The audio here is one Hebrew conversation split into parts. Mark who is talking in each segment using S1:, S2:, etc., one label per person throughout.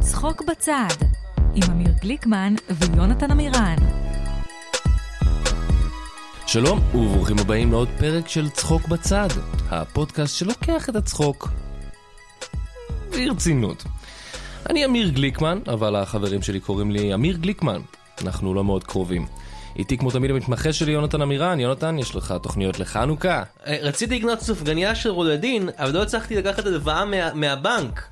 S1: צחוק בצד, עם אמיר גליקמן ויונתן עמירן.
S2: שלום וברוכים הבאים לעוד פרק של צחוק בצד, הפודקאסט שלוקח את הצחוק ברצינות. אני אמיר גליקמן, אבל החברים שלי קוראים לי אמיר גליקמן. אנחנו לא מאוד קרובים. איתי כמו תמיד המתמחה שלי יונתן עמירן, יונתן יש לך תוכניות לחנוכה.
S3: אה, רציתי לקנות סופגניה של רולדין, אבל לא הצלחתי לקחת הלוואה מה- מהבנק.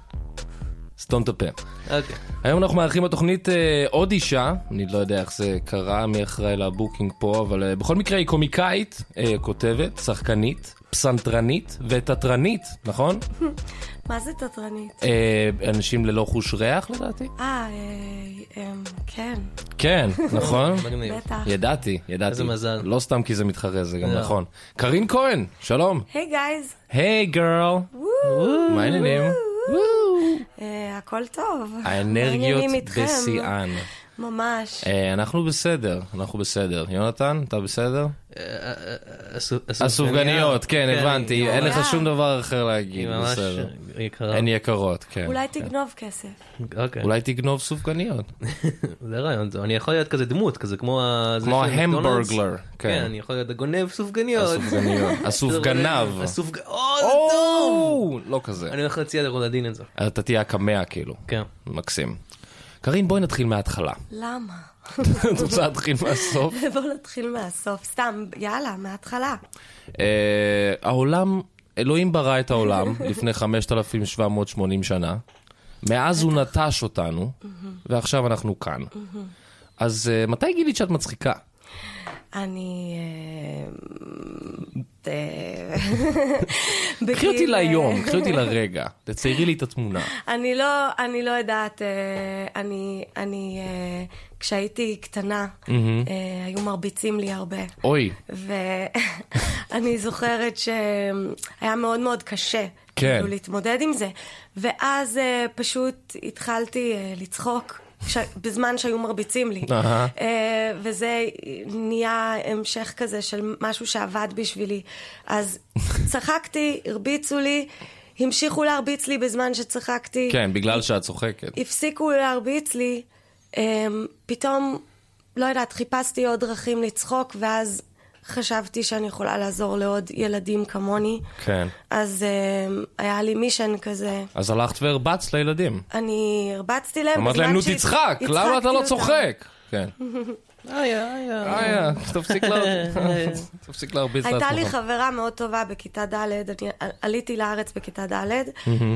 S2: סתום את הפה.
S3: אוקיי.
S2: היום אנחנו מארחים בתוכנית אה, עוד אישה, אני לא יודע איך זה קרה, מי אחראי לבוקינג פה, אבל אה, בכל מקרה היא קומיקאית, אה, כותבת, שחקנית, פסנתרנית ותתרנית, נכון?
S4: מה זה תתרנית?
S2: אה, אנשים ללא חוש ריח לדעתי?
S4: אה, אה, אה, כן,
S2: כן, נכון?
S3: מגניב.
S4: בטח.
S2: ידעתי, ידעתי.
S3: איזה מזל.
S2: לא סתם כי זה מתחרה, זה גם
S3: לא.
S2: נכון. קרין כהן, שלום.
S4: היי גייז,
S2: היי גרל, מה העניינים?
S4: אה, הכל טוב.
S2: האנרגיות
S4: העניינים איתכם.
S2: בשיאן.
S4: ממש.
S2: אה, אנחנו בסדר, אנחנו בסדר. יונתן, אתה בסדר?
S3: אה, אה, אה, הסו-
S2: הסופגניות,
S3: אה,
S2: כן, הבנתי.
S3: היא
S2: אין לך
S4: ממש-
S2: שום דבר אחר להגיד,
S3: היא ממש לא.
S2: בסדר.
S3: יקרה.
S2: הן יקרות, כן.
S4: אולי תגנוב כסף.
S3: אוקיי.
S2: אולי תגנוב סופגניות.
S3: זה רעיון טוב. אני יכול להיות כזה דמות, כזה כמו ה... זה
S2: כמו
S3: של מקדונלדס.
S2: ההמבורגלר,
S3: כן,
S2: כן.
S3: אני יכול להיות הגונב סופגניות.
S2: הסופגניות. הסופגנב.
S3: הסופג... או, זה טוב!
S2: או, לא כזה.
S3: אני הולך להציע לרולדין את זה.
S2: אתה תהיה הקמע כאילו.
S3: כן.
S2: מקסים. קרין, בואי נתחיל מההתחלה.
S4: למה?
S2: את רוצה להתחיל מהסוף?
S4: בואו נתחיל מהסוף, סתם, יאללה, מההתחלה.
S2: אה, העולם, אלוהים ברא את העולם לפני 5,780 שנה. מאז הוא נטש אותנו, ועכשיו אנחנו כאן. אז אה, מתי גילית שאת מצחיקה?
S4: אני... אה, אה,
S2: קחי אותי
S4: בגיל, אה,
S2: ליום, קחי אותי לרגע. תציירי לי את התמונה.
S4: אני לא, אני לא יודעת, אה, אני, אני, אה, כשהייתי קטנה, אה, היו מרביצים לי הרבה.
S2: אוי,
S4: ואני זוכרת שהיה מאוד מאוד קשה.
S2: כן.
S4: כאילו להתמודד עם זה. ואז אה, פשוט התחלתי אה, לצחוק. ש... בזמן שהיו מרביצים לי.
S2: אהה.
S4: Uh, וזה נהיה המשך כזה של משהו שעבד בשבילי. אז צחקתי, הרביצו לי, המשיכו להרביץ לי בזמן שצחקתי.
S2: כן, בגלל שאת צוחקת.
S4: הפסיקו להרביץ לי, אמ, פתאום, לא יודעת, חיפשתי עוד דרכים לצחוק, ואז חשבתי שאני יכולה לעזור לעוד ילדים כמוני.
S2: כן.
S4: אז אמ, היה לי מישן כזה.
S2: אז הלכת והרבצת לילדים.
S4: אני הרבצתי להם
S2: אמרת
S4: בזמן
S2: להם, נו
S4: שהצ-
S2: תצחק, למה אתה
S4: הצחקתי
S2: לא
S4: אותם."
S2: צוחק? כן.
S3: איה, איה.
S2: איה, תפסיק לה- תפסיק להרביץ לעצמך.
S4: הייתה לי חברה מאוד טובה בכיתה ד', אני על- עליתי לארץ בכיתה ד',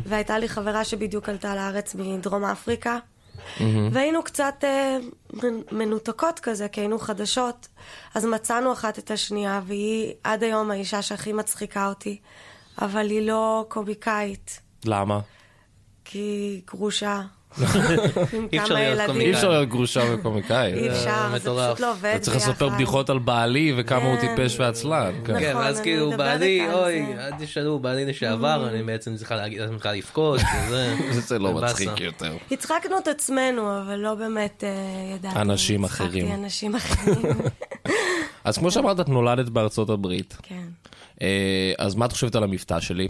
S4: והייתה לי חברה שבדיוק עלתה לארץ מדרום אפריקה, והיינו קצת אה, מנ- מנותקות כזה, כי היינו חדשות, אז מצאנו אחת את השנייה, והיא עד היום האישה שהכי מצחיקה אותי, אבל היא לא קומיקאית,
S2: למה?
S4: כי היא גרושה, עם
S3: אי אפשר
S4: כמה
S3: להיות
S4: ילדים,
S2: אי
S3: קומיקאית. אה,
S2: אפשר להיות גרושה וקומיקאית.
S4: אי אפשר, זה
S3: מטורף.
S4: פשוט לא עובד ביחד.
S2: אתה צריך לספר בדיחות על בעלי וכמה הוא
S4: כן.
S2: טיפש ועצלן. כן.
S3: כן,
S4: נכון,
S3: ואז
S4: אני
S3: כאילו
S4: מדברת
S3: בעלי,
S4: על
S3: אוי,
S4: זה.
S3: אל תשאלו, בעלי לשעבר, אני בעצם צריכה להגיד, אז אני צריכה לבכות, וזה...
S2: זה לא
S3: ובאסה.
S2: מצחיק יותר.
S4: הצחקנו את עצמנו, אבל לא באמת אה, ידעתי.
S2: אנשים
S4: הצחקתי
S2: אחרים.
S4: אנשים אחרים,
S2: אז כמו שאמרת, את נולדת בארצות הברית.
S4: כן.
S2: אה, אז מה את חושבת על המבטא שלי?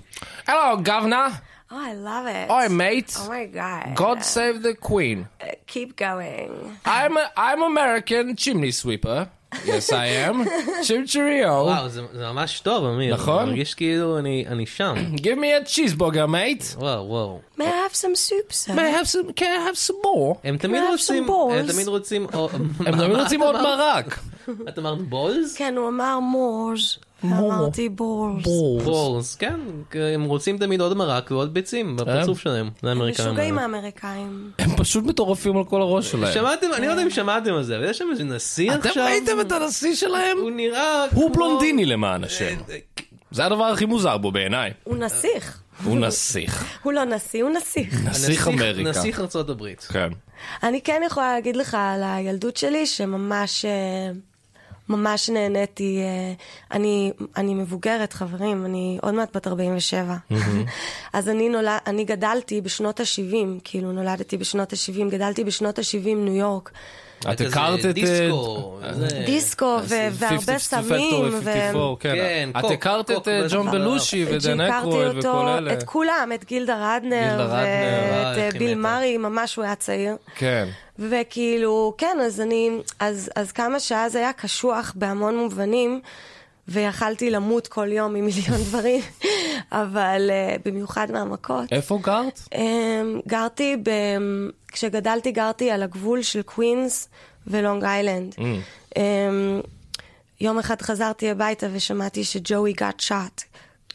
S2: הלו, גוונה!
S4: Oh, I love it.
S2: אוי, מייט!
S4: Oh my god.
S2: God save the queen.
S4: Uh, keep going.
S2: I'm, a, I'm American chimney sweeper. Yes, I am. צ'ים צ'ריו.
S3: וואו, זה זה ממש טוב, אמיר.
S2: נכון?
S3: אני מרגיש כאילו אני אני שם.
S2: Give me a cheeseburger, mate.
S3: וואו, וואו.
S4: May I have some soup, sir?
S2: May I have some, can I have some more?
S3: הם תמיד
S4: Can I have some
S3: רוצים, הם
S4: balls?
S3: תמיד רוצים, או-
S2: הם לא- תמיד רוצים עוד מרק.
S3: את אמרת בולס?
S4: כן, הוא אמר מורס. אמרתי בורס.
S3: בולס, כן, הם רוצים תמיד עוד מרק ועוד
S2: כן.
S3: ביצים בפרצוף שלהם, זה האמריקאים.
S4: משוגעים
S3: האלה.
S4: האמריקאים.
S2: הם פשוט מטורפים על כל הראש שלהם.
S3: שמעתם, אני לא יודע אם שמעתם על זה, אבל יש שם איזה נשיא
S2: כן. אתם
S3: עכשיו,
S2: ראיתם את הנשיא שלהם?
S3: הוא נראה כמו...
S2: הוא לא- אה, בלונדיני למען השם. זה הדבר הכי מוזר בו בעיניי.
S4: הוא נסיך.
S2: הוא נסיך.
S4: הוא לא נשיא, הוא נסיך.
S2: נסיך אמריקה.
S3: נסיך ארצות הברית.
S2: כן.
S4: אני כן יכולה להגיד לך על הילדות שלי, שממש אה, ממש נהניתי. אה, אני, אני מבוגרת, חברים, אני עוד מעט בת 47. אז אני, נולד, אני גדלתי בשנות ה-70, כאילו נולדתי בשנות ה-70, גדלתי בשנות ה-70 ניו יורק.
S2: את הכרת את... אה,
S3: דיסקו. זה-
S4: דיסקו ו- והרבה
S2: 50
S4: סמים.
S2: Factory,
S4: ו-
S2: 54, כן.
S3: כן,
S2: את
S3: קוק,
S2: הכרת
S3: קוק
S2: את אה,
S3: בטח.
S2: ג'ון בלושי ודן אקרויד
S4: שהכרתי
S2: וכל
S4: אותו,
S2: אלה.
S4: את כולם, את גילדה רדנר,
S2: גילדה רדנר,
S4: ואת
S3: אה,
S4: אה,
S3: איך היא
S4: ביל
S3: מתה.
S4: מארי, ממש הוא היה צעיר.
S2: כן.
S4: וכאילו, כן, אז אני, אז, אז כמה שאז היה קשוח בהמון מובנים, ויכלתי למות כל יום ממיליון דברים, אבל אה, במיוחד מהמכות.
S2: איפה גרת?
S4: אמ, גרתי, ב... כשגדלתי גרתי על הגבול של קווינס ולונג איילנד.
S2: Mm.
S4: אמ, יום אחד חזרתי הביתה ושמעתי שג'וי got shot.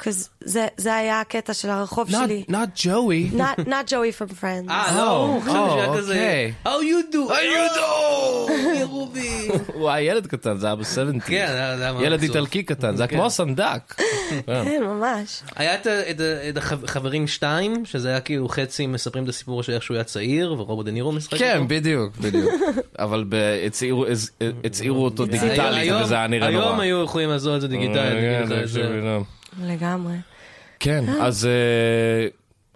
S4: 'Cause זה, זה היה הקטע של הרחוב שלי.
S2: not Joey.
S4: Not, not Joey from Friends.
S3: אה,
S2: אה,
S3: לא, חשבתי שהיה
S2: אה,
S3: כזה,
S2: אוקיי.
S3: How you do? oh,
S2: How you
S3: do? רובי.
S2: וואי, ילד קטן, זה היה בסבנטי.
S3: כן, זה היה מאוד
S2: ילד
S3: עצוב.
S2: איטלקי קטן, זה היה כמו הסנדק. כן.
S4: כן, ממש.
S3: היה את ה- את ה- את החברים שתיים, שזה היה כאילו חצי מספרים את הסיפור של איך שהוא היה צעיר, ורוברט דה נירו משחק.
S2: כן,
S3: אותו.
S2: בדיוק, בדיוק. אבל ב- הצעירו- הז- הצעירו אותו דיגיטלית,
S3: היום-
S2: וזה היה נראה נורא.
S3: היום היו יכולים לעשות את זה דיגיטלית. אני
S2: אה,
S3: אגיד לך
S2: כן,
S3: את זה.
S2: תקשיבי, לא.
S4: לגמרי.
S2: כן, אז אה,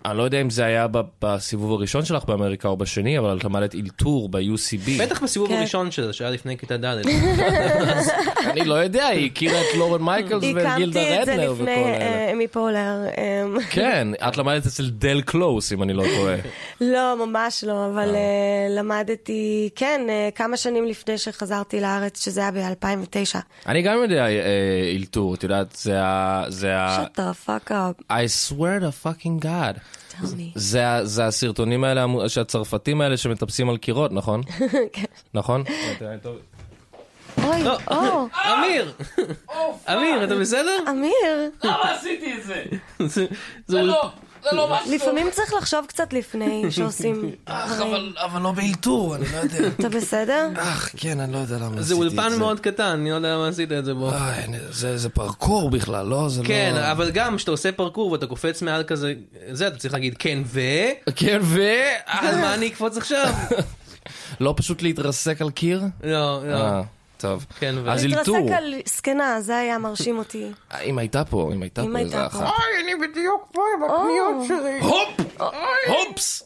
S2: אני לא יודע אם זה היה ב- בסיבוב הראשון שלך באמריקה או בשני, אבל את למדת אלתור ב-UCB.
S3: בטח בסיבוב
S4: כן.
S3: הראשון שלה, שהיה לפני כיתה ד'.
S2: אני לא יודע, היא הכירה את לורן מייקלס וגילדה
S4: הקמתי את זה
S2: רדנר וכל
S4: לפני
S2: האלה.
S4: אה, אמי פולר. אמ,
S2: כן, את למדת אצל דל קלוס, אם אני לא טועה.
S4: לא, ממש לא, אבל אה, למדתי, כן, אה, כמה שנים לפני שחזרתי לארץ, שזה היה ב-2009.
S2: אני גם יודע אה, אלתור, את יודעת, זה ה... זה ה...
S4: shut the fuck up,
S2: I swear to fucking God.
S4: tell me.
S2: זה, ה- זה הסרטונים האלה, המו- שהצרפתים האלה שמטפסים על קירות, נכון?
S4: כן.
S2: נכון?
S4: אוי,
S3: לא.
S4: או,
S3: אמיר! אמיר, אתה בסדר?
S4: אמיר,
S3: זה- זה אול-
S4: לפעמים צריך לחשוב קצת לפני שעושים דברים.
S2: אה, אבל לא באלתור, אני לא יודע.
S4: אתה בסדר?
S2: אך, כן, אני לא יודע למה
S3: זה אולפן מאוד קטן, אני לא יודע למה עשית את זה בו.
S2: זה פרקור בכלל, אה, לא? זה
S3: כן, אבל גם כשאתה עושה פרקור ואתה קופץ מעל כזה, זה אתה צריך להגיד כן ו...
S2: כן, ו...
S3: על מה אני אקפוץ עכשיו?
S2: לא פשוט להתרסק על קיר?
S3: לא, לא.
S2: אה, טוב.
S3: כן ו...
S2: אז
S4: להתרסק
S2: אלתור.
S4: על זקנה, זה היה מרשים אותי.
S2: אם הייתה פה, אם הייתה
S4: אם
S2: פה איזה
S4: הייתה
S2: אחת.
S4: פה.
S2: אוי, אני בדיוק פה עם
S4: הקניות
S2: שלי. הופ! הופס!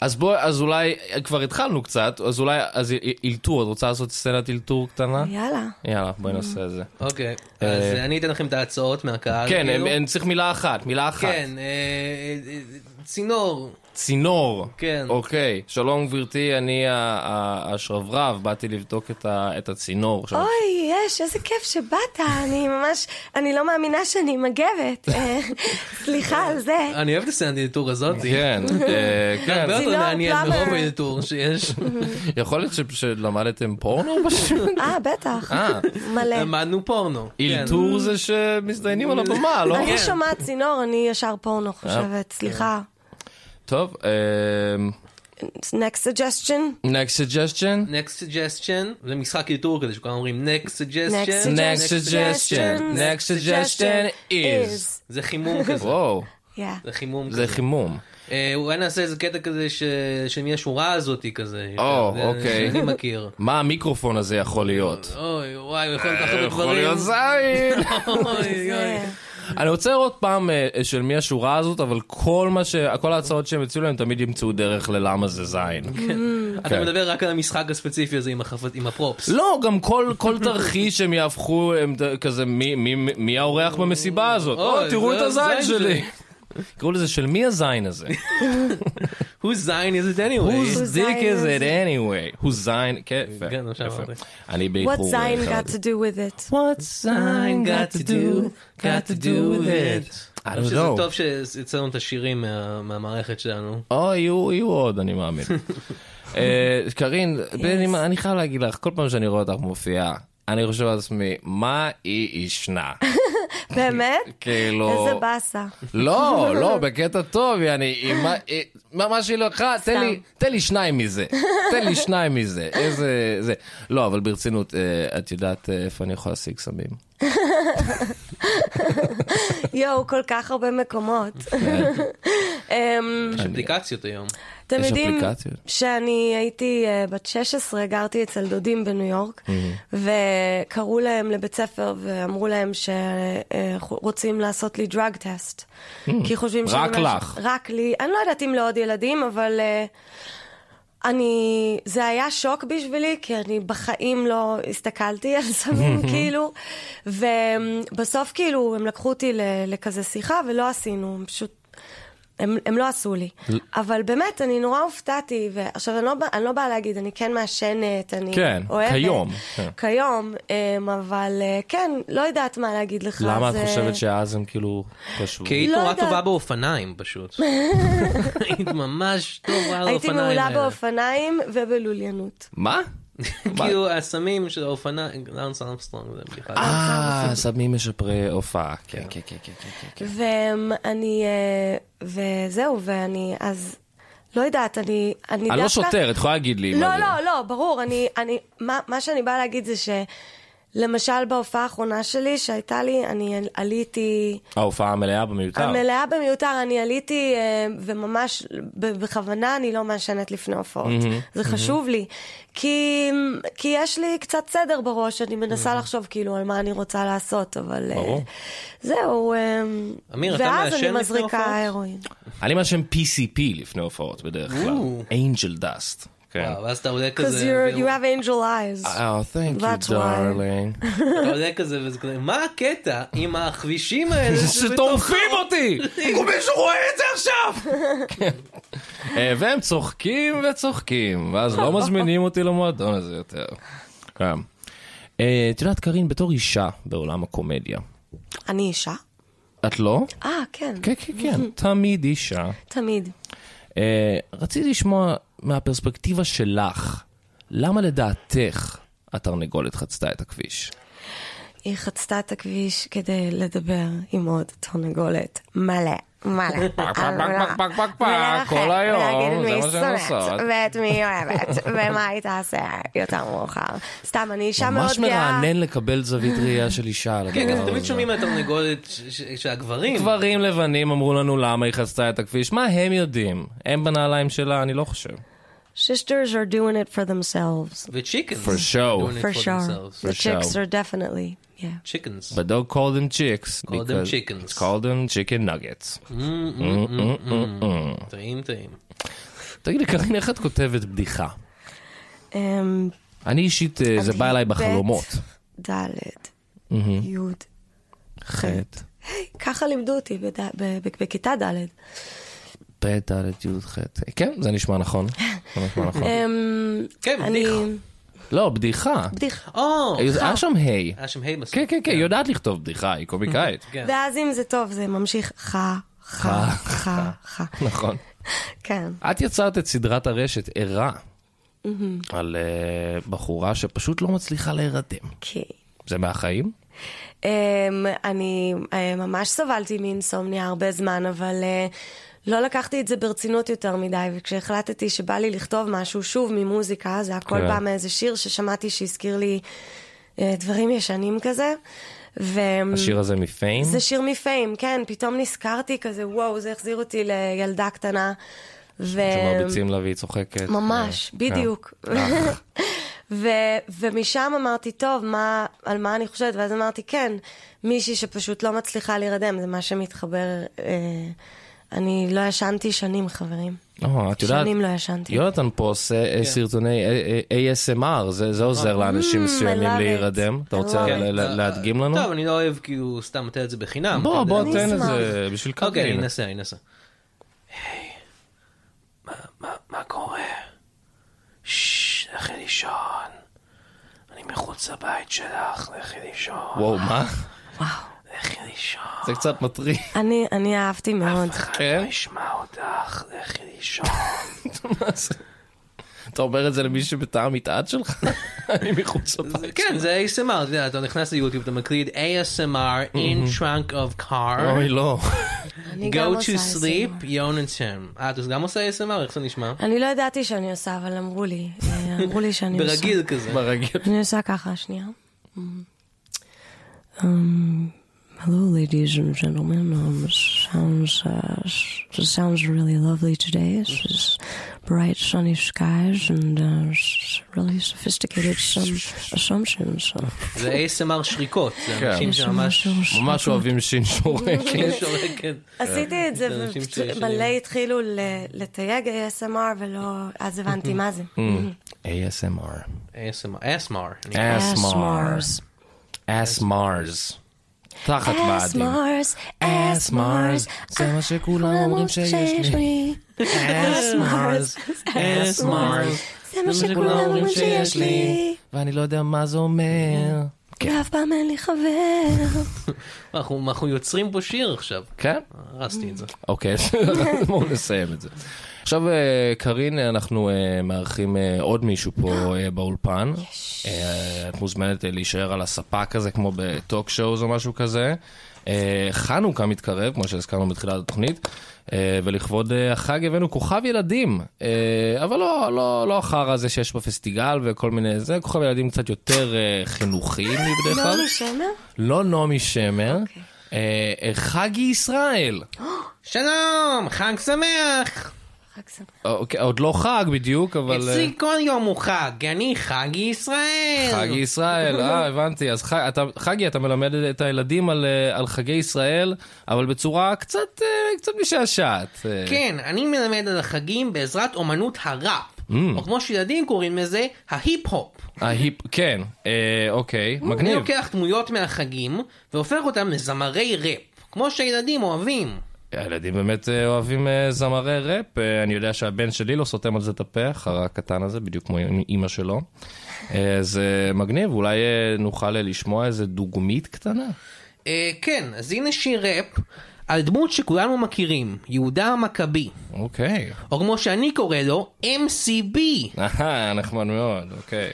S2: אז בואי, אז אולי, כבר התחלנו קצת, אז אולי, אז אי- אילתור, את רוצה לעשות סצנת אילתור קטנה?
S4: יאללה.
S2: יאללה, בואי נעשה את זה.
S3: אוקיי,
S2: אה.
S3: אז אני אתן לכם את ההצעות מהקהל.
S2: כן, הם-
S3: כאילו.
S2: הם- צריך מילה אחת, מילה אחת.
S3: כן, אה, אה, אה, צינור.
S2: צינור.
S3: כן.
S2: אוקיי, שלום גברתי, אני ה- ה- השרברב, באתי לבדוק את ה- את הצינור. שלום.
S4: אוי, יש, איזה כיף שבאת, אני ממש, אני לא מאמינה שאני מגבת. אה, סליחה על זה.
S3: אני אוהב את הסצנת אלתור הזאת.
S2: כן, אה,
S3: זה
S2: כן.
S3: הרבה יותר
S4: צינור,
S3: מעניין
S4: פלאבר.
S3: מרוב אלתור שיש.
S2: יכול להיות ש- שלמדתם פורנו או משהו?
S4: אה, בטח.
S2: אה.
S4: מלא.
S3: למדנו פורנו. כן.
S2: אילתור זה שמזדיינים על הבמה, לא? אה.
S4: אני שומעת צינור, אני ישר פורנו חושבת, סליחה.
S2: טוב,
S4: next suggestion,
S2: um, next suggestion?
S3: כן. Next suggestion, זה משחק אלתור כזה שכולם אומרים next suggestion.
S4: suggestion.
S2: Next suggestion. Next suggestion is.
S3: זה חימום כזה.
S2: וואו,
S4: Yeah.
S3: זה חימום
S2: זה
S3: כזה.
S2: חימום.
S3: אה, אולי נעשה איזה קטע כזה ש- שמי השורה הזאתי כזה. אה,
S2: או,
S3: זה-
S2: אוקיי.
S3: שאני מכיר.
S2: מה המיקרופון הזה יכול להיות?
S3: אוי, וואי, הוא יכול לקחת הרבה
S2: אה, יכול
S3: דברים.
S2: להיות זין.
S3: אוי, אוי.
S4: זה-
S2: אני רוצה לראות פעם אה, אה, של מי השורה הזאת, אבל כל מה ש... כל ההצעות שהם יצאו להם תמיד ימצאו דרך ללמה זה זין.
S3: אתה מדבר רק על המשחק הספציפי הזה עם החפ- עם הפרופס.
S2: כן. לא, גם כל, כל תרחיש הם יהפכו, הם ד- כזה, מי, מי, מי האורח במסיבה הזאת?
S3: אוי,
S2: או, תראו
S3: זה
S2: את הזין
S3: הזין
S2: שלי. קראו לזה של מי הזין הזה?
S3: Whose זין is it anyway?
S2: Whose dick is it anyway? Whose זין? כן, יפה.
S3: כן, עכשיו
S2: יפה.
S3: אמרתי.
S2: אני
S4: What
S2: באיחור.
S4: sign
S2: אחד.
S4: got to do with it?
S2: What sign got to do, got to do with it? Oh, I don't
S3: שזה
S2: know.
S3: טוב שהצאנו את השירים מה- מהמערכת שלנו.
S2: או, יהיו יהיו עוד, אני מאמין. אה, קרין, בני, מה- אני חייב להגיד לך, כל פעם שאני רואה אותך מופיעה, אני חושב לעצמי, מה היא ישנה?
S4: באמת?
S2: כאילו...
S4: איזה באסה.
S2: לא, לא, בקטע טוב, יעני, היא מה- היא- ממש היא לקחה, תן לי- תן לי שניים מזה, תן לי שניים מזה, איזה... זה. לא, אבל ברצינות, אה, את יודעת אה, איפה אני יכול להשיג סמים? כן.
S4: יואו, כל כך הרבה מקומות. אמ,
S3: יש אפליקציות היום.
S4: אתם
S2: יש
S4: יודעים
S2: אפליקציות.
S4: שאני הייתי אה, בת 16, גרתי אצל דודים בניו יורק, וקראו להם לבית ספר ואמרו להם שרוצים לעשות לי drug test. כי חושבים
S2: רק
S4: שאני ממש-
S2: לך.
S4: רק לי. אני לא יודעת אם לעוד ילדים, אבל אה, אני... זה היה שוק בשבילי, כי אני בחיים לא הסתכלתי על סמים, כאילו. ובסוף, כאילו, הם לקחו אותי ל- לכזה שיחה, ולא עשינו, הם פשוט... הם, הם לא עשו לי. אבל באמת, אני נורא הופתעתי, ועכשיו, אני לא, בא- אני לא באה להגיד, אני כן מעשנת, אני
S2: כן,
S4: אוהבת.
S2: כיום, כן.
S4: כיום, אמ, אבל אה, כן, לא יודעת מה להגיד לך.
S2: למה את
S4: זה-
S2: חושבת שאז הם כאילו חשבו?
S3: כי היא
S4: לא
S3: נורא
S4: יודעת.
S3: טובה באופניים פשוט. היית ממש טובה על
S4: הייתי
S3: האופניים
S4: מעולה
S3: האלה.
S4: באופניים ובלוליינות.
S2: מה?
S3: כאילו לא, הסמים של האופניים, ארנס אמסטרונג זה בדיחה.
S2: אה, סמים משפרי הופעה. כן, כן, כן, כן, כן. כן.
S4: ואני, אה, וזהו, ואני, אז, לא יודעת, אני, אני דווקא...
S2: אני לא שוטר, את יכולה להגיד לי. מה
S4: לא,
S2: זה.
S4: לא, לא, ברור, אני, אני, מה, מה שאני באה להגיד זה ש... למשל בהופעה האחרונה שלי שהייתה לי, אני עליתי,
S2: ההופעה המלאה במיותר.
S4: המלאה במיותר, אני עליתי אה, וממש ב- בכוונה אני לא מעשנת לפני הופעות. זה חשוב לי. כי, כי יש לי קצת סדר בראש, אני מנסה לחשוב כאילו על מה אני רוצה לעשות, אבל... אה,
S2: ברור.
S4: זהו. אה,
S3: אמיר, אתה
S4: ואז
S3: מעשן
S4: אני
S3: לפני הופעות?
S4: מזריקה הרואין.
S2: אני מאשן PCP לפני הופעות בדרך כלל.
S3: או.
S2: Angel Dust. כן.
S3: וואו, לא- ואז אתה עולה
S4: Because
S3: כזה, לא- אה.
S4: you're- you have angel eyes.
S2: Oh, thank you,
S4: That's why.
S2: darling.
S3: אתה עולה כזה וזה כזה, מה הקטע עם הכבישים האלה?
S2: שטורפים אותי! מישהו רואה את זה עכשיו! אה, והם צוחקים וצוחקים, ואז לא מזמינים אותי למועדון הזה יותר. כן. אה, את יודעת, קארין, בתור אישה בעולם הקומדיה,
S4: אני אישה?
S2: את לא?
S4: אה, כן,
S2: כן, כן, כן, תמיד אישה.
S4: תמיד.
S2: אה, רציתי לשמוע מהפרספקטיבה שלך, למה לדעתך התרנגולת חצתה את הכביש?
S4: היא חצתה את הכביש כדי לדבר עם עוד תרנגולת. מלא. מלא.
S2: פק, פק, פק, פק, פק,
S4: וללכת,
S2: כל היום,
S4: ולהגיד
S2: זה
S4: מי
S2: מה שהן
S4: שונאת,
S2: עושות.
S4: ואת מי היא אוהבת, ומה היא תעשה יותר מאוחר. סתם, אני אישה מאוד
S2: ממש
S4: גאה.
S2: מרענן לקבל זווית ראייה של אישה על הדבר
S3: כן,
S2: הזה.
S3: כן, תמיד שומעים מהתרנגולת ש- ש- שהגברים.
S2: גברים לבנים אמרו לנו למה היא חצתה את הכביש, מה הם יודעים? הם בנעליים שלה, אני לא חושב.
S4: Sisters are doing it for themselves.
S3: וצ'יקנס.
S2: For sure.
S3: doing it for
S4: For sure.
S3: themselves.
S4: The
S2: sure.
S4: chicks are definitely, yeah.
S3: צ'יקנס.
S2: But don't call them chicks.
S3: Call them
S2: because-
S3: chickens.
S2: call them chicken nuggets. Mm-hmm.
S3: טעים טעים.
S2: תגידי, קארין, איך את כותבת בדיחה?
S4: אמ,
S2: אני אישית, אה, זה
S4: אני
S2: בא אליי
S4: ב',
S2: בחלומות.
S4: ד',
S2: Mm-hmm.
S4: י',
S2: חטא.
S4: ככה לימדו אותי בד- ב- ב- בכיתה ד'.
S2: ב', ד', י', ח'. כן, זה נשמע נכון. זה נשמע נכון.
S4: אמ,
S3: כן,
S4: אני...
S3: בדיחה.
S2: לא, בדיחה. אה,
S4: בדיחה.
S3: או!
S2: היה שם ה'.
S3: Oh! היה שם היי בסוף.
S2: כן, כן, כן, יודעת לכתוב בדיחה, היא קומיקאית.
S3: כן.
S4: ואז אם זה טוב, זה ממשיך חה, חה, חה, חה.
S2: נכון.
S4: כן.
S2: את יצרת את סדרת הרשת ערה
S4: Mm-hmm.
S2: על אה, בחורה שפשוט לא מצליחה להירדם.
S4: כי
S2: זה מהחיים?
S4: Mm. אמ, אני אה, ממש סבלתי מאינסומניה הרבה זמן, אבל אה, לא לקחתי את זה ברצינות יותר מדי, וכשהחלטתי שבא לי לכתוב משהו שוב ממוזיקה, זה הכל
S2: כן.
S4: בא מאיזה שיר ששמעתי שהזכיר לי אה, דברים ישנים כזה. ו...
S2: השיר הזה מפיים?
S4: זה שיר מפיים, כן, פתאום נזכרתי כזה, וואו, זה החזיר אותי לילדה קטנה. ו...
S2: שמרביצים לה והיא צוחקת.
S4: ממש,
S2: אה,
S4: בדיוק.
S3: אה.
S4: ו, ומשם אמרתי, טוב, מה, על מה אני חושבת? ואז אמרתי, כן, מישהי שפשוט לא מצליחה להירדם, זה מה שמתחבר. אה, אני לא ישנתי שנים, חברים.
S2: אה, אה, את יודעת,
S4: שנים לא ישנתי. כן.
S2: יונתן פה עושה אה, סרטוני אה, אה, ASMR, זה זה עוזר לאנשים
S4: Mm, I
S2: מסוימים
S4: love it.
S2: להירדם. אתה
S4: I love
S2: רוצה
S4: it.
S2: ל- ל- להדגים לנו?
S3: כן. טוב, אני לא אוהב כאילו סתם לתת את זה בחינם.
S2: בוא,
S3: אתה
S2: בוא,
S3: יודע.
S2: תן
S4: אשמח.
S2: איזה, בשביל
S3: אוקיי, אני
S2: קארין.
S3: אנסה, אני אנסה. היי, מה- מה- מה קורה? ששש, לכי לישון. אני מחוץ לבית שלך, לכי לישון.
S2: וואו, מה?
S3: לכי לישון.
S2: זה קצת מטריד.
S4: אני, אני אהבתי מאוד.
S2: כן?
S3: ישמע אותך, לכי לישון.
S2: מה זה? אתה אומר את זה למי שבתא המטען שלך? לא, אני מחוץ לבית.
S3: כן, זה ASMR, אתה יודע, אתה נכנס ליוטיוב, אתה מקליד ASMR in trunk of car.
S2: Mm-hmm. אוי, לא.
S4: אני גם
S3: Go
S4: עושה
S3: to
S4: ASMR.
S3: sleep, יונתן. אה, אתה גם עושה ASMR? איך זה נשמע?
S4: אני לא ידעתי שאני עושה, אבל אמרו לי, אה, אמרו לי שאני עושה.
S3: ברגיל כזה.
S2: ברגיל.
S4: אני עושה ככה, שנייה. אמ,
S5: Hello, ladies and gentlemen. Um, sounds uh, s- sounds really lovely today. It's just bright, sunny skies and uh, s- really sophisticated some assumptions. Uh,
S3: זה ASMR שריקות,
S2: כן.
S3: זה אנשים שממש...
S5: assumptions.
S2: ממש אוהבים שין שורק.
S3: כן, שורקת.
S2: אה,
S4: עשיתי את
S3: זה
S4: זה,
S3: אנשים ש-
S4: ומלא התחילו ל- לתייג ASMR, ולא... אז הבנתי מה זה.
S2: Mm. ASMR.
S3: ASMR. ASMR. אני-
S2: ASMR.
S5: ASMRs.
S2: ASMRs. תחת ועדים.
S5: ASMRs,
S2: ASMRs. זה מה שכולם אומרים שיש לי. ASMRs. ASMRs.
S5: זה מה שכולם אומרים שיש לי, כן.
S2: ואני לא יודע מה זה אומר.
S5: ואף פעם אין לי חבר.
S3: אנחנו אנחנו יוצרים פה שיר עכשיו.
S2: כן?
S3: הרסתי את זה.
S2: אוקיי, אז בואו נסיים את זה. עכשיו, אה, קארין, אנחנו אה, מארחים אה, עוד מישהו פה אה, באולפן. אה, את מוזמנת אה, להישאר על הספה כזה, כמו בטוק שואוז או משהו כזה. אה, חנוכה מתקרב, כמו שהזכרנו בתחילת התוכנית, אה, ולכבוד אה, החג הבאנו כוכב ילדים, אה, אבל לא, לא, לא החרא הזה שיש בפסטיגל וכל מיני זה, כוכב ילדים קצת יותר אה, חינוכי
S5: נכון.
S2: מבדרך כלל.
S4: נעמי שמר?
S2: לא נעמי שמר, אה, אה, חגי ישראל.
S3: שלום, חג שמח!
S4: חג שמח.
S2: אוקיי, עוד לא חג בדיוק, אבל... אה,
S3: אצלי כל יום הוא חג, אני חגי ישראל!
S2: חגי ישראל, אה, הבנתי. אז חג- אתה- חגי, אתה מלמד את הילדים על, אה, על חגי ישראל, אבל בצורה קצת אה, קצת משעשעת. אה,
S3: כן, אני מלמד על החגים בעזרת אומנות הראפ, או כמו שילדים קוראים לזה, ההיפ-הופ.
S2: ההיפ... כן, אה, אוקיי,
S3: אני
S2: מגניב.
S3: לוקח דמויות מהחגים, והופך אותם לזמרי ראפ, כמו שהילדים אוהבים.
S2: הילדים באמת אה, אוהבים אה, זמרי ראפ, אה, אני יודע שהבן שלי לא סותם על זה את הפה, החרא הקטן הזה, בדיוק כמו אימא שלו. אה, זה מגניב, אולי אה, נוכל אה, לשמוע איזה דוגמית קטנה?
S3: אה, כן, אז הנה שיר ראפ על דמות שכולנו מכירים, יהודה המכבי,
S2: אוקיי.
S3: או כמו שאני קורא לו, MCB.
S2: אהה, נחמד מאוד, אוקיי.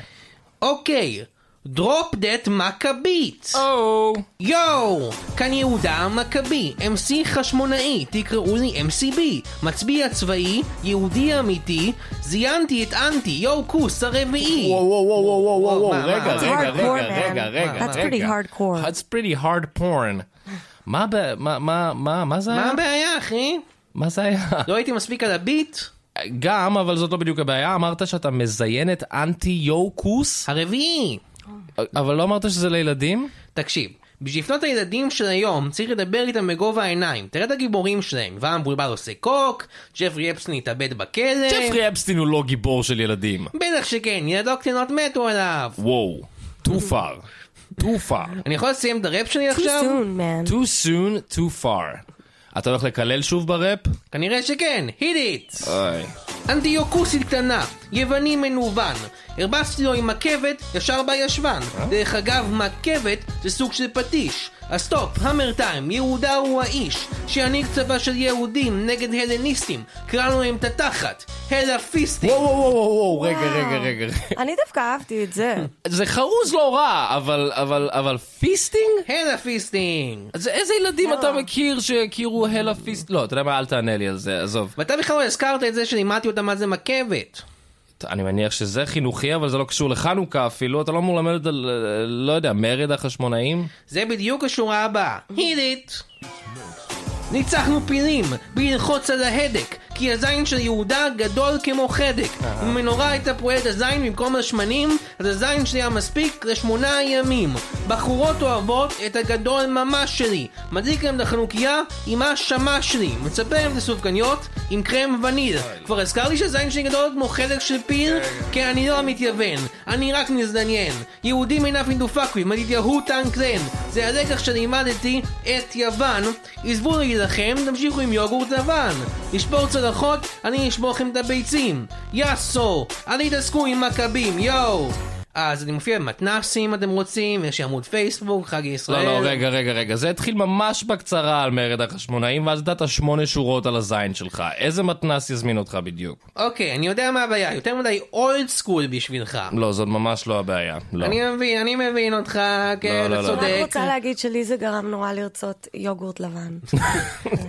S3: אוקיי, דרופ דט מכבית.
S2: או!
S3: יואו! כאן יהודה המכבי, MC חשמונאי, תקראו לי MCB, מצביע צבאי, יהודי אמיתי, זיינתי את אנטי, יואו כוס הרביעי!
S2: וואו וואו וואו וואו וואו וואו וואו
S3: מה, מה,
S2: רגע
S3: מה?
S2: רגע
S4: It's hardcore,
S2: רגע רגע
S4: man.
S2: רגע
S5: That's
S2: רגע.
S5: pretty hardcore.
S2: That's pretty hard porn. מה ב... מה מה מה מה זה
S3: מה
S2: היה?
S3: הבעיה אחי?
S2: מה זה היה?
S3: לא הייתי מספיק על הביט?
S2: גם אבל זאת לא בדיוק הבעיה אמרת שאתה מזיין את אנטי יוקוס
S3: הרביעי!
S2: אבל לא אמרת שזה לילדים?
S3: תקשיב, בשביל לפנות לילדים של היום צריך לדבר איתם בגובה העיניים, תראה את הגיבורים שלהם, ואם בולבל עושה קוק, ג'פרי אפסון התאבד בכלא,
S2: ג'פרי אפסטין הוא לא גיבור של ילדים.
S3: בטח שכן, ילדות קטנות מתו עליו!
S2: וואו. too far. too far.
S3: אני יכול לסיים את הראפ שלי
S4: Too
S3: עכשיו?
S4: soon, man.
S2: too soon, too far. אתה הולך לקלל שוב בראפ?
S3: כנראה שכן, hit it!
S2: אוי.
S3: אנטיוקוסית קטנה, יווני מנוון. הרבצתי לו עם מקבת, ישר בישבן. דרך אגב, מקבת זה סוג של פטיש. אז סטופ, המר טיים, יהודה הוא האיש. שיניג צבא של יהודים נגד הלניסטים. קראנו להם את התחת, הלפיסטים.
S2: וואו וואו וואו וואו רגע רגע רגע. רגע.
S4: אני דווקא אהבתי את זה.
S2: זה חרוז לא רע אבל אבל אבל פיסטינג?
S3: הלפיסטים.
S2: אז איזה ילדים אתה מכיר שהכירו הלה פיסט? לא, אתה יודע מה, אל תענה לי על זה, עזוב.
S3: ואתה בכלל לא הזכרת את זה שלימדתי אותם מה זה מקבת.
S2: אני מניח שזה חינוכי, אבל זה לא קשור לחנוכה אפילו, אתה לא אמור ללמד על, אה, לא יודע, מרד החשמונאים?
S3: זה בדיוק השורה הבאה. הידית! ניצחנו פילים, בלי ללחוץ על ההדק, כי הזין של יהודה גדול כמו חדק. אם המנורה הייתה פועלת הזין במקום השמנים, אז הזין שלי היה מספיק לשמונה ימים. בחורות אוהבות את הגדול ממש שלי. מדליק להם את החנוכיה עם האשמה שלי. מצפה להם לסופגניות עם קרם וניל. כבר הזכרתי שהזין שלי גדול כמו חדק של פיל? כן, אני לא המתייוון, אני רק מזדניין. יהודים אינם אינדופקווי, מדיטיהו טנקלן. זה הלקח שלימדתי את יוון. עזבו להילחם, תמשיכו עם יוגורט לבן. לשבור צלחות, אני אשבור לכם את הביצים. יאסו, אל תתעסקו עם מכבים, יואו! אז אני מופיע במתנסים אם אתם רוצים, יש לי עמוד פייסבוק, חג
S2: לא,
S3: ישראל.
S2: לא, רגע, רגע, רגע, זה התחיל ממש בקצרה על מרד החשמונאים, ואז נתת שמונה שורות על הזין שלך. איזה מתנס יזמין אותך בדיוק?
S3: אוקיי, אני יודע מה הבעיה, יותר מדי אולד סקול בשבילך.
S2: לא, זאת ממש לא הבעיה. לא.
S3: אני מבין, אני מבין אותך, כן,
S2: לא,
S3: אתה
S2: לא.
S4: אני רק
S3: צודק.
S4: רוצה להגיד שלי זה גרם נורא לרצות יוגורט לבן.
S2: נכון.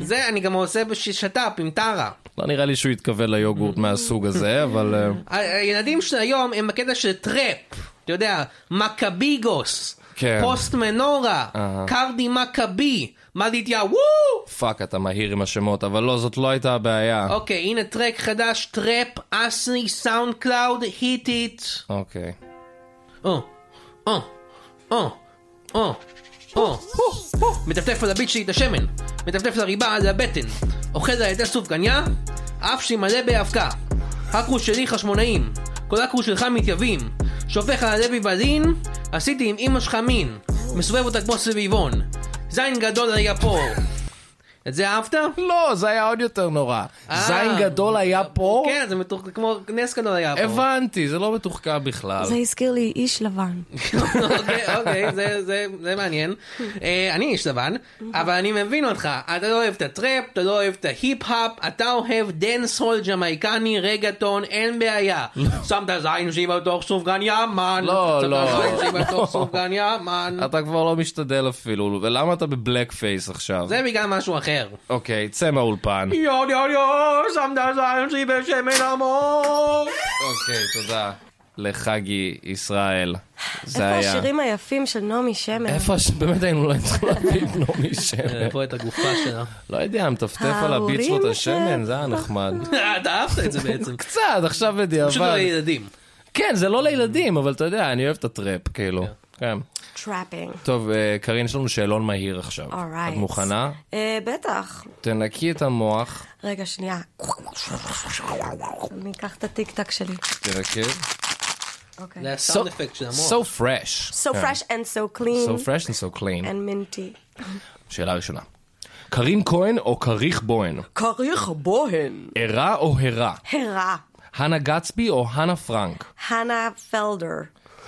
S3: זה אני גם עושה בשת"פ עם טרה.
S2: לא נראה לי שהוא התכוון ליוגורט מהסוג הזה, אבל... אה,
S3: ה- הילדים של היום הם בקטע של טראפ, אתה יודע, מכביגוס.
S2: כן.
S3: פוסט מנורה,
S2: אהה.
S3: קרדי מכבי, מדיה וואו!
S2: פאק, אתה מהיר עם השמות, אבל לא, זאת לא הייתה הבעיה.
S3: אוקיי, הנה טרק חדש, טראפ, אסני, סאונד קלאוד, היט איט.
S2: אוקיי.
S3: או, או, או, או, או. אה. מטפטף על הביט שלי את השמן, מטפטף לריבה על הבטן, אוכל על ידי סופגניה, אף שלי מלא באבקה. הקרוש שלי חשמונאים, כל הקרוש שלך מתייבים, שופך על הלוי בדין, עשיתי עם אמא שלך מין, מסובב אותה כמו סביבון, זין גדול על יפור. את זה אהבת?
S2: לא, זה היה עוד יותר נורא.
S3: אה.
S2: זין גדול היה פה?
S3: כן, זה מתוח... כמו נס גדול היה פה.
S2: הבנתי, זה לא מתוחכם בכלל.
S5: זה הזכיר לי איש לבן.
S3: אוקיי, אוקיי, זה- זה- זה מעניין. אה, אני איש לבן, אבל אני מבין אותך. אתה לא אוהב את הטראפ, אתה לא אוהב את ההיפ-הופ, אתה אוהב דנס הול ג'מייקני, רגטון, אין בעיה. שם את הזין שלי בתוך סופגניה, מן.
S2: לא,
S3: שם את
S2: לא,
S3: הזין שלי
S2: לא.
S3: בתוך סופגניה, מן.
S2: אתה כבר לא משתדל אפילו, ולמה אתה בבלק פייס עכשיו?
S3: זה בגלל משהו אחר.
S2: אוקיי, צא מהאולפן.
S3: יו יו יו, שם את הזין שלי בשמן עמוק.
S2: אוקיי, תודה. לחגי ישראל. זה
S4: איפה
S2: היה...
S4: השירים היפים של נעמי שמר?
S2: איפה הש... באמת היינו לא צריכים להביא את נעמי
S3: אה,
S2: שמר.
S3: פה את הגופה שלה.
S2: לא יודע, מטפטף על
S4: ההורים
S2: הביט שלו את
S4: של-
S2: השמן, זה היה נחמד.
S3: אתה אהבת את זה בעצם.
S2: קצת, עכשיו
S3: פשוט לא
S2: בדיעבד.
S3: לילדים.
S2: כן, זה לא לילדים, אבל אתה יודע, אני אוהב את הטראפ, כאילו. כן.
S4: טראפינג.
S2: טוב, אה, קארין, יש לנו שאלון מהיר עכשיו.
S4: Alright.
S2: את מוכנה?
S4: אה, בטח.
S2: תנקי את המוח,
S4: רגע, שנייה. אני אקח את הטיק-טק שלי.
S2: תנקי.
S4: אוקיי.
S3: זה
S2: So-
S3: הסאונד אפקט של המוח.
S2: So fresh.
S4: So
S2: כן.
S4: fresh and so
S2: So
S4: clean
S2: fresh and so clean.
S4: and minty.
S2: שאלה ראשונה. קרין כהן או כריך בוהן?
S4: כריך בוהן.
S2: ערה או הרה?
S4: הרע.
S2: הנה גצבי או הנה פרנק?
S4: הנה פלדר.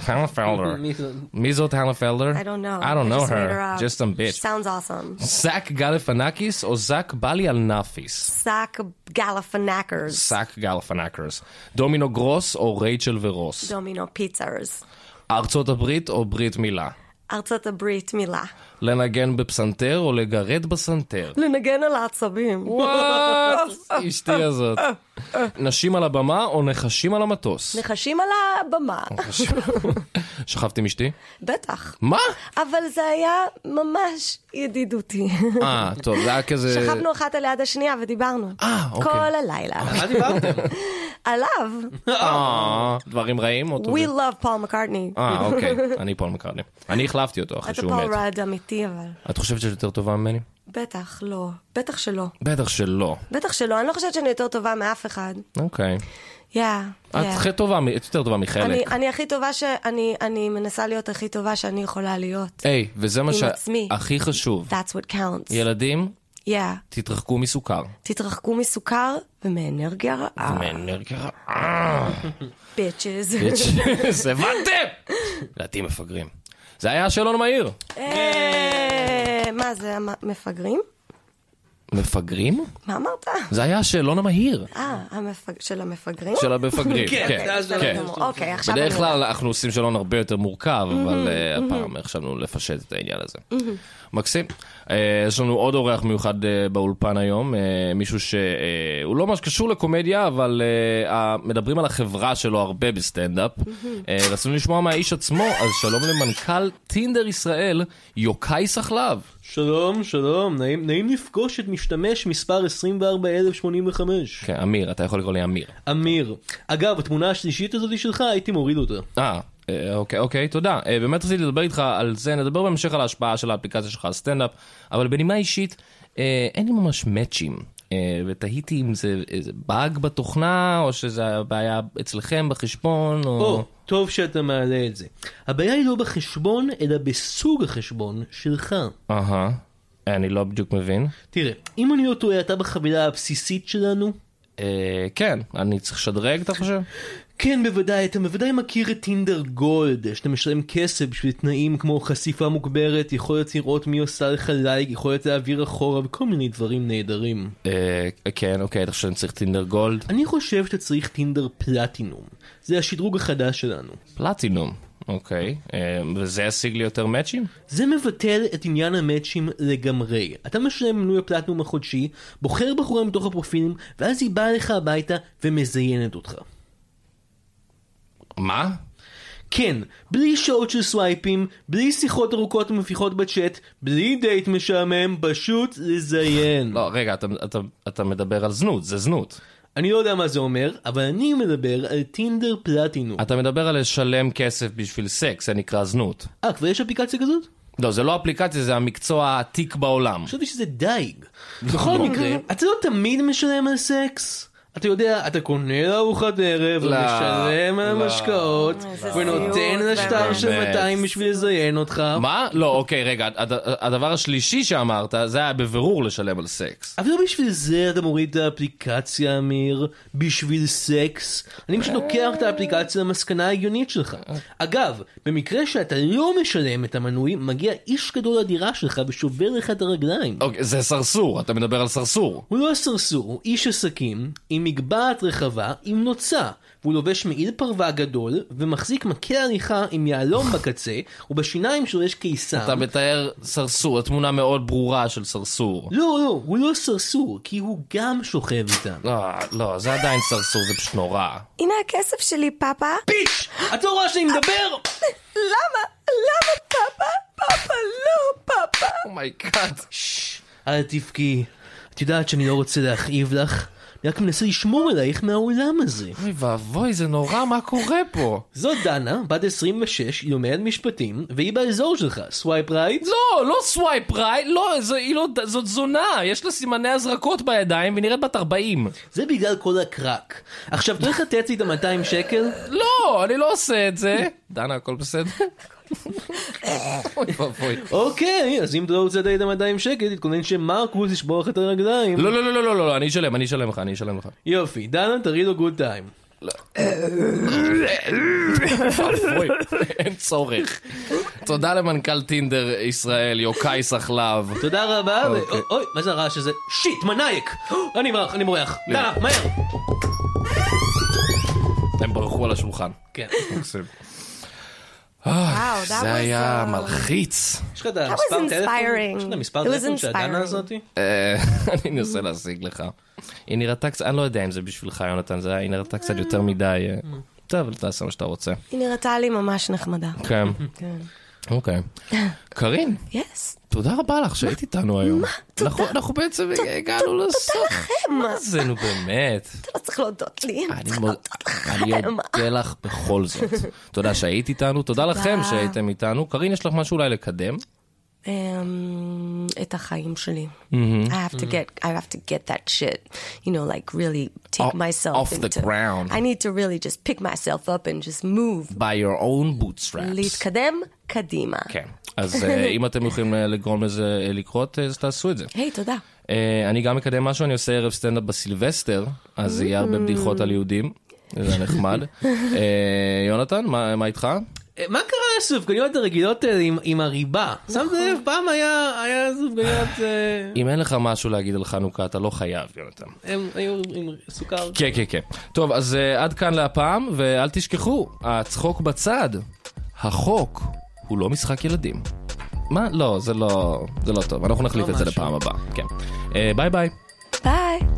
S2: הנה פלדר.
S3: מי זה?
S2: מי זאת הנה פלדר?
S4: I don't know.
S2: I don't know
S4: just made
S2: her.
S4: up.
S2: Just some bitch.
S4: Sounds awesome.
S2: זאק גלפנקיס או זאק בלי על נאפיס?
S4: Sack Galifianakers.
S2: זאק גלפנקרס. דומינו גרוס או רייצ'ל ורוס?
S4: Domino Pizzas.
S2: ארצות הברית או ברית מילה?
S4: ארצות הברית מילה.
S2: לנגן בפסנתר או לגרד בסנתר?
S4: לנגן על העצבים.
S2: וואט! אשתי הזאת. נשים על הבמה או נחשים על המטוס?
S4: נחשים על הבמה.
S2: שכבתי עם אשתי?
S4: בטח.
S2: מה?
S4: אבל זה היה ממש ידידותי.
S2: אה, טוב, זה היה כזה...
S4: שכבנו אחת על יד השנייה ודיברנו.
S2: אה, אוקיי.
S4: כל הלילה.
S3: מה דיברתם?
S4: עליו,
S2: אה, דברים רעים או
S4: We
S2: טובים?
S4: love Paul McCartney.
S2: אה, אוקיי, אני פול מקרני. אני החלפתי אותו אחרי
S4: אתה
S2: שהוא
S4: פול
S2: מת.
S4: רד אמיתי, אבל...
S2: את חושבת שאת יותר טובה ממני?
S4: בטח לא. בטח שלא.
S2: בטח שלא.
S4: בטח שלא. אני לא חושבת שאני יותר טובה מאף אחד.
S2: אוקיי.
S4: יא. יא.
S2: את הכי טובה, מ- את יותר טובה
S4: אני,
S2: מחלק.
S4: אני הכי טובה ש... אני, אני מנסה להיות הכי טובה שאני יכולה להיות.
S2: היי, וזה מה
S4: עם עצמי.
S2: שהכי חשוב.
S4: That's what counts.
S2: ילדים,
S4: יא.
S2: תתרחקו מסוכר.
S4: תתרחקו מסוכר ומאנרגיה רעה.
S2: מאנרגיה
S4: ביצ'ז.
S2: ביץ', הבנתם? לדעתי מפגרים. זה היה השאלון המהיר.
S4: אה, מה זה, המ- מפגרים?
S2: מפגרים?
S4: מה אמרת?
S2: זה היה השאלון המהיר
S4: אה, המפג... של המפגרים?
S2: של המפגרים.
S3: כן,
S2: כן,
S3: זה היה השאלון
S2: כן.
S3: המהיר.
S4: אוקיי, עכשיו...
S2: בדרך
S4: אני-
S2: כלל אנחנו עושים שאלון הרבה יותר מורכב, אבל אה, הפעם חשבנו לפשט את העניין הזה. מקסים. אה, יש לנו עוד אורח מיוחד אה, באולפן היום, אה, מישהו שהוא לא ממש קשור לקומדיה, אבל אה, ה- מדברים על החברה שלו הרבה בסטנדאפ. אה, רצינו לשמוע מהאיש עצמו, אז שלום למנכ"ל טינדר ישראל, יוקאי סחלב.
S3: שלום, שלום, נעים, נעים לפגוש את משתמש מספר 24085.
S2: כן, אמיר, אתה יכול לקרוא לי אמיר.
S3: אמיר. אגב, התמונה השלישית הזאת שלך, הייתי מוריד אותה.
S2: אה, אה, אוקיי, אוקיי, תודה. אה, באמת רציתי לדבר איתך על זה, נדבר בהמשך על ההשפעה של האפליקציה שלך על סטנדאפ, אבל בנימה אישית, אה, אין לי ממש מאצ'ים, אה, ותהיתי אם זה איזה באג בתוכנה, או שזה הבעיה אצלכם בחשבון,
S3: או,
S2: או...
S3: טוב שאתה מעלה את זה. הבעיה היא לא בחשבון, אלא בסוג החשבון שלך.
S2: אהה, אני לא בדיוק מבין.
S3: תראה, אם אני לא טועה, אתה בחבילה הבסיסית שלנו?
S2: אה, כן, אני צריך לשדרג, אתה חושב?
S3: כן, בוודאי, אתה בוודאי מכיר את טינדר גולד, שאתה משלם כסף בשביל תנאים כמו חשיפה מוגברת, יכולת לראות מי עושה לך לייק, יכולת להעביר אחורה, וכל מיני דברים נהדרים.
S2: אה, כן, אוקיי, אתה חושב שאני צריך טינדר גולד?
S3: אני חושב שאתה צריך טינדר פלטינום. זה השדרוג החדש שלנו.
S2: פלטינום, אוקיי. אה, וזה ישיג לי יותר מאצ'ים?
S3: זה מבטל את עניין המאצ'ים לגמרי. אתה משלם מנוי הפלטינום החודשי, בוחר בחורה מתוך הפרופילים, ואז היא באה לך הביתה ומזיינת אותך.
S2: מה?
S3: כן, בלי שעות של סווייפים, בלי שיחות ארוכות ומביכות בצ'אט, בלי דייט משעמם, פשוט לזיין.
S2: לא, רגע, אתה, אתה, אתה מדבר על זנות, זה זנות.
S3: אני לא יודע מה זה אומר, אבל אני מדבר על טינדר פלטינום.
S2: אתה מדבר על לשלם כסף בשביל סקס, זה נקרא זנות.
S3: אה, כבר יש אפליקציה כזאת?
S2: לא, זה לא אפליקציה, זה המקצוע העתיק בעולם.
S3: חשבתי שזה דייג. בכל מקרה, אתה לא תמיד משלם על סקס. אתה יודע, אתה קונה לארוחת ערב,
S2: לא,
S3: ומשלם על
S2: לא.
S3: המשקאות,
S4: איזה
S3: ונותן
S4: סיוט,
S3: לשטר
S4: באמת.
S3: של 200 בשביל לזיין אותך.
S2: מה? לא, אוקיי, רגע, הד- הדבר השלישי שאמרת, זה היה בבירור לשלם על סקס.
S3: אבל לא בשביל זה אתה מוריד את האפליקציה, אמיר, בשביל סקס. אני פשוט לוקח את האפליקציה למסקנה ההגיונית שלך. אגב, במקרה שאתה לא משלם את המנוי, מגיע איש גדול לדירה שלך ושובר לך את הרגליים.
S2: אוקיי, זה סרסור, אתה מדבר על סרסור.
S3: הוא לא סרסור, הוא איש עסקים, עם מגבעת רחבה, עם נוצה, והוא לובש מעיל פרווה גדול, ומחזיק מקל הליכה עם יהלום בקצה, ובשיניים שלו יש קיסם.
S2: אתה מתאר סרסור, תמונה מאוד ברורה של סרסור.
S3: לא, לא, הוא לא סרסור, כי הוא גם שוכב איתם.
S2: לא, לא, זה עדיין סרסור, זה פשוט נורא.
S4: הנה הכסף שלי, פאפה.
S3: פיש! את לא רואה שאני מדבר?
S4: למה? למה פאפה? פאפה, לא פאפה.
S2: Oh אומייגאד.
S3: ששש, אל תבכי. את יודעת שאני לא רוצה להכאיב לך, אני רק מנסה לשמור עלייך מהעולם הזה.
S2: אוי ואבוי, זה נורא, מה קורה פה?
S3: זו דנה, בת 26, היא לומדת משפטים, והיא באזור שלך, סווייפ רייט?
S2: לא, לא סווייפ רייט, לא, זה, היא לא, זאת זונה, יש לה סימני הזרקות בידיים והיא נראית בת 40.
S3: זה בגלל כל הקרק. עכשיו, תלך לתת לי את ה-200 שקל?
S2: לא, אני לא עושה את זה. דנה, הכל בסדר? אוי ואבוי.
S3: אוקיי, אז אם אתה לא רוצה לתת לי את ה-200 שקל, תתכונן שמרקוס ישבור לך את הרגליים.
S2: לא, לא, לא, לא, לא, לא, לא, אני אשלם, אני אשלם לך, אני אשלם לך.
S3: יופי, דנה, תראי לו גוד טיים.
S2: אוי, אין צורך. תודה למנכ"ל טינדר ישראל, יוקאי סחלב.
S3: תודה רבה, ו...
S2: אוקיי.
S3: אוי, אוי, מה זה הרעש הזה? שיט, מנאייק! אני מרח, אני מורח.
S2: לא.
S3: דנה, מהר!
S2: הם ברחו על השולחן.
S3: כן,
S4: וואו, that
S2: אה, זה
S4: was,
S2: היה
S4: uh,
S2: מלחיץ.
S3: יש לך את המספר
S4: was
S3: טלפון?
S4: inspiring.
S3: יש לך את המספר
S4: It was
S3: טלפון של הדנה
S4: inspiring.
S3: הזאתי?
S2: אה, אני אנסה להשיג לך. היא נראתה קצת, אני לא יודע אם זה בשבילך, יונתן, זה היה- היא נראתה קצת יותר מדי. אה, טוב, אבל תעשה מה שאתה רוצה.
S4: היא נראתה לי ממש נחמדה.
S2: כן,
S4: כן.
S2: אוקיי. קארין,
S4: יס.
S2: תודה רבה לך שהיית איתנו היום. אנחנו- אנחנו בעצם הגענו לסוף.
S4: לכם.
S2: מה זה, נו באמת.
S4: אתה לא צריך להודות לי.
S2: אני מוד- אני אודה לך בכל זאת. תודה שהיית איתנו, תודה לכם שהייתם איתנו. קארין, יש לך משהו אולי לקדם?
S4: אמ, את החיים שלי.
S2: Mm-hmm.
S4: I have to get, I have to get that shit, you know, like really take
S2: Off-
S4: myself
S2: off the
S4: into-
S2: ground.
S4: I need to really just pick myself up and just move.
S2: by your own bootstraps.
S4: להתקדם קדימה.
S2: כן. אז אה, אם אתם יכולים אה, לגרום לזה אה, לקרות, אה, אז תעשו את זה.
S4: היי, תודה.
S2: אה, אני גם מקדם משהו, אני עושה ערב סטנדאפ בסילבסטר, אז יהיה הרבה בדיחות על יהודים. זה נחמד. אה, יונתן, מה מה איתך?
S3: אה, מה קרה לסופגניות הרגילות האלה עם- עם הריבה? שמת
S4: נכון.
S3: לב, פעם היה היה סופגניות... אה,
S2: אם אין לך משהו להגיד על חנוכה, אתה לא חייב, יונתן.
S3: הם היו עם סוכר.
S2: כן, כן, כן. טוב, אז אה, עד כאן להפעם, ואל תשכחו, הצחוק בצד. החוק הוא לא משחק ילדים. מה? לא, זה לא, זה לא טוב. אנחנו נחליף
S3: לא
S2: את זה
S3: משהו.
S2: לפעם הבאה. כן. אה, ביי ביי.
S4: ביי.